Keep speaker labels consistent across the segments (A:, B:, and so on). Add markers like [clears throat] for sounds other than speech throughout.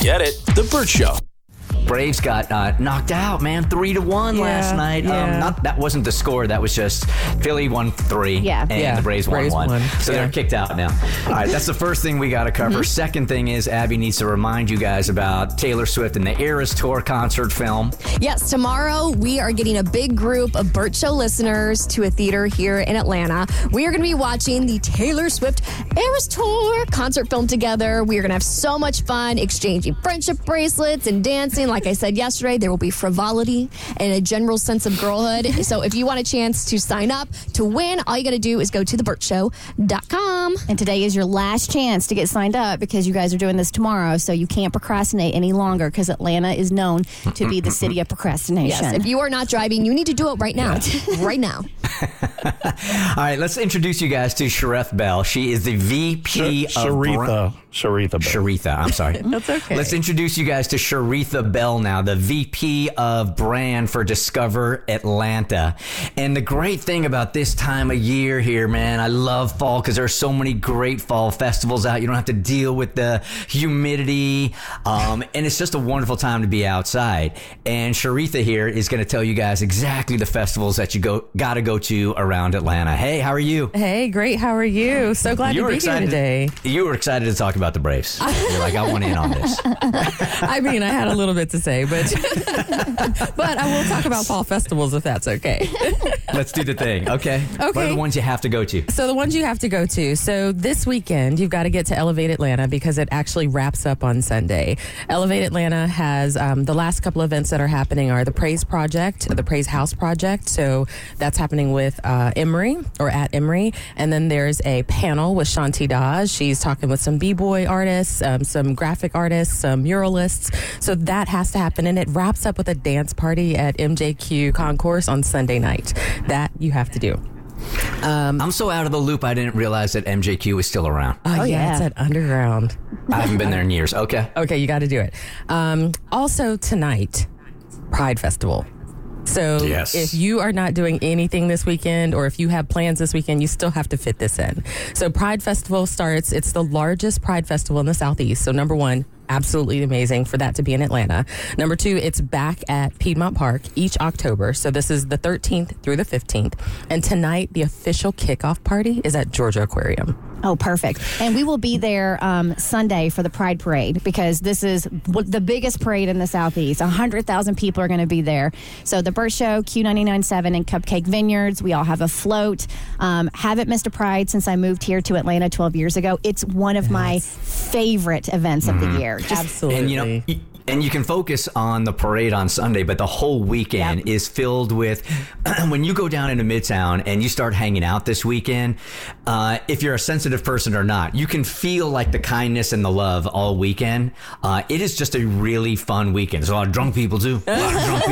A: Get it? The Burt Show.
B: Braves got uh, knocked out, man, three to one
C: Yeah,
B: last night.
C: yeah.
B: Um, not that wasn't the score. That was just Philly won three,
D: Yeah.
B: and
C: Yeah,
B: the Braves won
C: Braves
B: one.
C: won,
B: So
C: yeah. Mm-hmm.
B: they're kicked out now. All right, that's the first thing we got to cover. Second thing is Abby needs to remind you guys about Taylor Swift and the Eras Tour concert film.
D: Yes, tomorrow we are getting a big group of Burt Show listeners to a theater here in Atlanta. We are going to be watching the Taylor Swift Eras Tour concert film together. We are going to have so much fun exchanging friendship bracelets and dancing. Like I said yesterday, there will be frivolity and a general sense of
E: [laughs]
D: girlhood. so if you want a chance to sign up to win, all you got to do is go to thebirdshow.com.
E: And today is your last chance to get signed up because you guys are doing this tomorrow, so you can't procrastinate any longer because Atlanta is known to be the city of procrastination.
D: Yes, if you are not driving, you need to do it right now. [laughs] right now.
B: All right, let's introduce you guys to Shareth Bell. She is the VP of Bra-
F: Sharitha. Sharitha. Bell.
B: Sharitha, I'm
C: [laughs]
B: sorry. That's okay. Let's introduce you guys to Sharitha Bell now, the VP of brand for Discover Atlanta. And the great thing about this time of year here, man, I love fall because there are so many great fall festivals out. You don't have to deal with the humidity. Um, and it's just a wonderful time to be outside. And Sharitha here is going to tell you guys exactly the festivals that you go got to go to around Atlanta. Hey, how are you?
C: Hey, great. How are you? So glad to be here today.
B: You were excited to talk about the Braves. You're like, I want in on this.
C: I mean, I had a little bit to say, but [laughs] but I will talk about fall festivals if that's okay.
B: Let's do the thing. Okay. What are
C: Okay.
B: the ones you have to go to?
C: So the ones you have to go to. So this weekend, you've got to get to Elevate Atlanta because it actually wraps up on Sunday. Elevate Atlanta has um, the last couple events that are happening are the Praise Project, the Praise House Project. So that's happening with uh, Emory or at Emory, and then there's a panel with Shanti Daj. She's talking with some b-boy artists, um, some graphic artists, some muralists. So that has to happen, and it wraps up with a dance party at MJQ Concourse on Sunday night. That you have to do.
B: I'm so out of the loop, I didn't realize that MJQ was still around.
C: Oh, yeah,
E: yeah.
C: it's at Underground.
B: I haven't been there in years. Okay.
C: Okay, you got to do it. Um, also tonight, Pride Festival. So
F: Yes.
C: if you are not doing anything this weekend, or if you have plans this weekend, you still have to fit this in. So Pride Festival starts. It's the largest Pride Festival in the Southeast. So number one. Absolutely amazing for that to be in Atlanta. Number two, it's back at Piedmont Park each October. So this is the 13th through the 15th. And tonight, the official kickoff party is at Georgia Aquarium.
E: Oh, perfect. And we will be there um, Sunday for the Pride Parade because this is w- the biggest parade in the Southeast. 100,000 people are going to be there. So the Burt Show, Q997, and Cupcake Vineyards, we all have a float. Um, haven't missed a Pride since I moved here to Atlanta 12 years ago. It's one of my favorite events of
D: Mm-hmm.
E: the year. Just
C: Absolutely.
B: And you know, y- and you can focus on the parade on Sunday, but the whole weekend is filled with [clears throat] when you go down into Midtown and you start hanging out this weekend. Uh, if you're a sensitive person or not, you can feel like the kindness and the love all weekend. Uh, it is just a really fun weekend. There's a lot of drunk people too. A lot of drunk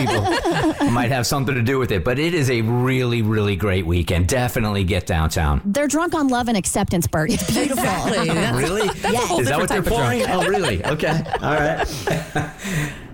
B: people might have something to do with it, but it is a really, really great weekend. Definitely get downtown.
E: They're drunk on love and acceptance, Bert. It's beautiful.
C: Exactly.
B: [laughs]
C: [laughs] That's-
B: Really?
C: whole
B: Is that what they're
C: different type of drunk.
B: pouring? Oh, really? Okay. All right.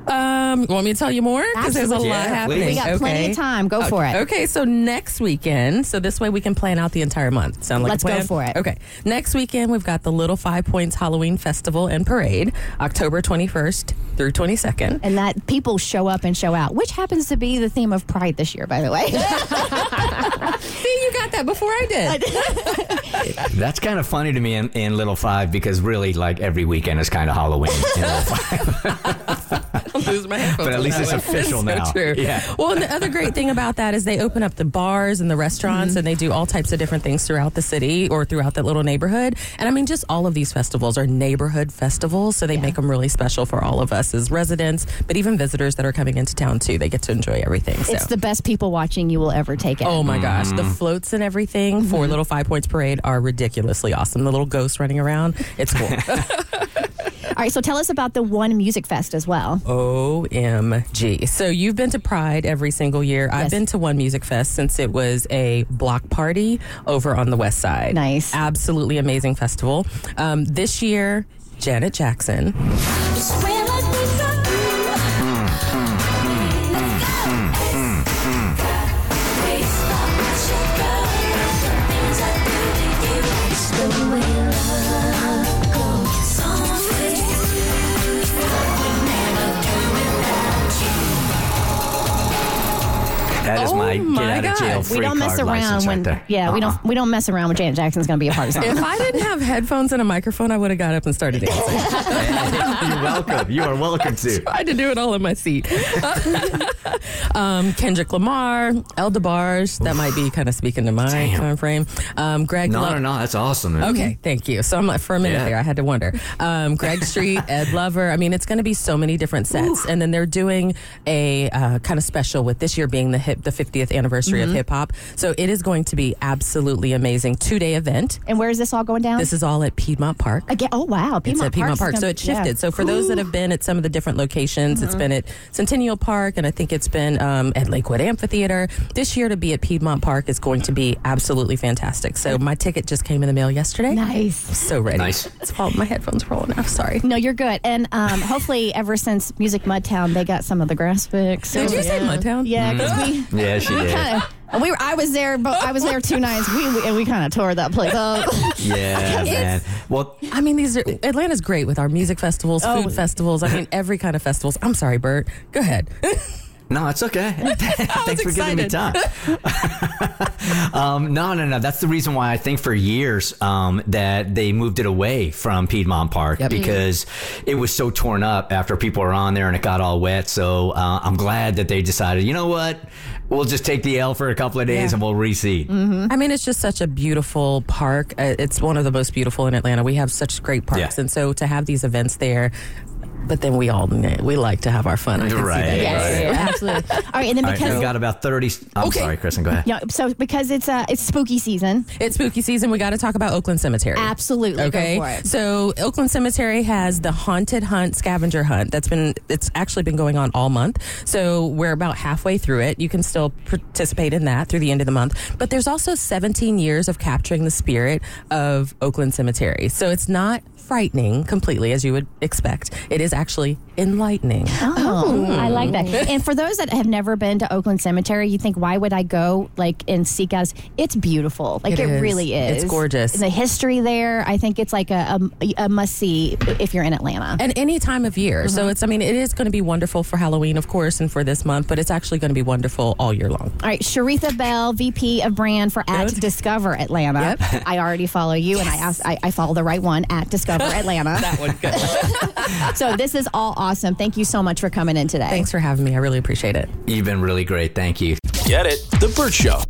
C: Um, want me to tell you more? Because there's a lot
E: Absolutely.
B: Yeah, please.
C: happening.
E: We got plenty of time. Go for it.
C: Okay, so next weekend, so this way we can plan out the entire month. Sound like
E: Let's
C: a plan?
E: go for it.
C: Okay, next weekend we've got the Little Five Points Halloween Festival and Parade, October 21st through 22nd.
E: And that people show up and show out, which happens to be the theme of Pride this year, by the way.
C: See, you got that before I did.
B: That's kind of funny to me in, in Little Five because really, like every weekend is kind of
E: [laughs]
B: Halloween. in Little Five.
C: I'm losing my headphones.
B: But at
C: on
B: least
C: that
B: it's
C: one.
B: official
C: That's
B: now.
C: So true.
B: Yeah.
C: Well, and the other great thing about that is they open up the bars and the restaurants,
B: Mm-hmm.
C: and they do all types of different things throughout the city or throughout that little neighborhood. And I mean, just all of these festivals are neighborhood festivals, so they make them really special for all of us as residents, but even visitors that are coming into town too. They get to enjoy everything. So.
E: it's the best people watching you will ever take it.
C: Oh my gosh,
B: Mm-hmm.
C: the floats and everything for Little Five Points Parade are ridiculously awesome. The little ghosts running around,
B: [laughs]
C: it's cool.
E: All right, so tell us about the One Music Fest as well.
C: Oh, OMG. So you've been to Pride every single year. I've
E: Yes.
C: been to One Music Fest since it was a block party over on the West Side.
E: Nice.
C: Absolutely amazing festival. Um, this year, Janet Jackson.
B: is my,
C: my
B: get out of jail
C: God.
B: free
E: Oh We don't mess
B: card
E: around
B: license
E: when.
B: right there.
E: Yeah, we don't
C: Uh-uh.
E: we don't mess around when Janet Jackson's going to be a part
C: [laughs]
E: of something.
C: If I didn't have headphones and a microphone, I would have got up and started dancing.
B: [laughs] You're welcome. You are welcome
E: [laughs]
B: to.
C: I had to do it all in my seat. [laughs] um, Kendrick Lamar, El DeBarge. That might be kind of speaking to my time frame. Um, Greg.
B: No,
C: Lo-
B: no, no. That's awesome. man.
E: Mm-hmm.
C: Okay, thank you. So I'm like, for a minute
B: Yeah.
C: there, I had to wonder. Um,
E: [laughs]
C: Greg Street, Ed Lover. I mean, it's going to be so many different sets, and then they're doing a uh, kind of special with this year being the hip, the 50th anniversary
E: Mm-hmm.
C: of hip hop. So it is going to be absolutely amazing two day event.
E: and where is this all going down?
C: This is all at Piedmont Park.
E: Again, oh wow,
C: It's
E: Piedmont
C: at Piedmont Park.
E: Park's
C: So
E: gonna-
C: it shifted.
E: yeah. Mm-hmm.
C: So for those that have been at some of the different locations, it's been at Centennial Park and I think it's been um, at Lakewood Amphitheater. This year to be at Piedmont Park is going to be absolutely fantastic. So my ticket just came in the mail yesterday.
E: nice.
C: So ready.
B: Nice.
C: It's all my headphones rolling off. Sorry.
E: No, you're good. And um, hopefully, ever since Music Mudtown, they got some of the graphics.
C: Did you Mm.
E: yeah.
C: say Mudtown?
E: Yeah, because we.
B: Yeah, she
E: [laughs]
B: did.
E: Kinda, we were, I was there, but I was there two nights. We we, and we kind of tore that
C: [laughs]
E: place up. [laughs]
B: Yeah, man. Well,
C: I mean, these are Atlanta's great with our music festivals,
E: Oh.
C: food festivals. I mean, every kind of festivals. I'm sorry, Bert. Go ahead.
B: No, it's
C: [laughs]
B: okay. [laughs] Thanks for giving me time.
C: excited. [laughs]
B: um, no, no, no. That's the reason why I think for years um, that they moved it away from Piedmont Park
C: Yep.
B: because it was so torn up after people were on there and it got all wet. So uh, I'm glad that they decided, you know what? We'll just take the L for a couple of days
C: Yeah. Mm-hmm.
B: and we'll reseed.
E: Mm-hmm.
C: I mean, it's just such a beautiful park. Uh, It's one of the most beautiful in Atlanta. We have such great parks,
B: Yeah.
C: and so to have these events there. But then we all we like to have our fun. I can
B: Right,
C: see that.
B: Yes.
E: Yeah, absolutely. All right, and then
B: All right,
E: because
B: we got about 30. I'm
C: Okay.
B: sorry, Kristen, go ahead.
E: you know, so because it's uh it's spooky season.
C: It's spooky season. We got to talk about Oakland Cemetery.
E: Absolutely,
C: Okay.
E: go for it.
C: So Oakland Cemetery has the haunted hunt scavenger hunt that's been it's actually been going on all month. So we're about halfway through it. You can still participate in that through the end of the month. But there's also 17 years of capturing the spirit of Oakland Cemetery. So it's not frightening completely as you would expect. It is actually enlightening.
E: Oh, I like that.
C: Mm-hmm.
E: And for those that have never been to Oakland Cemetery, you think, why would I go like and seek out? It's beautiful. Like
C: It
E: it,
C: is.
E: really is.
C: It's gorgeous.
E: And the history there, I think it's like a, a, a must see if you're in Atlanta.
C: And any time of year. So
E: Uh-huh.
C: it's I mean it is going to be wonderful for Halloween of course and for this month, but it's actually going to be wonderful all year long.
E: All right, Sharitha Bell, VP of Brand for at Discover Atlanta. I already follow you, and I, asked, I I follow the right one at
C: [laughs]
E: Discover Atlanta.
C: That one good.
E: [laughs] so this is all awesome. Thank you so much for coming in today.
C: Thanks for having me. I really appreciate it.
B: You've been really great. Thank you.
A: Get it? The Burt Show.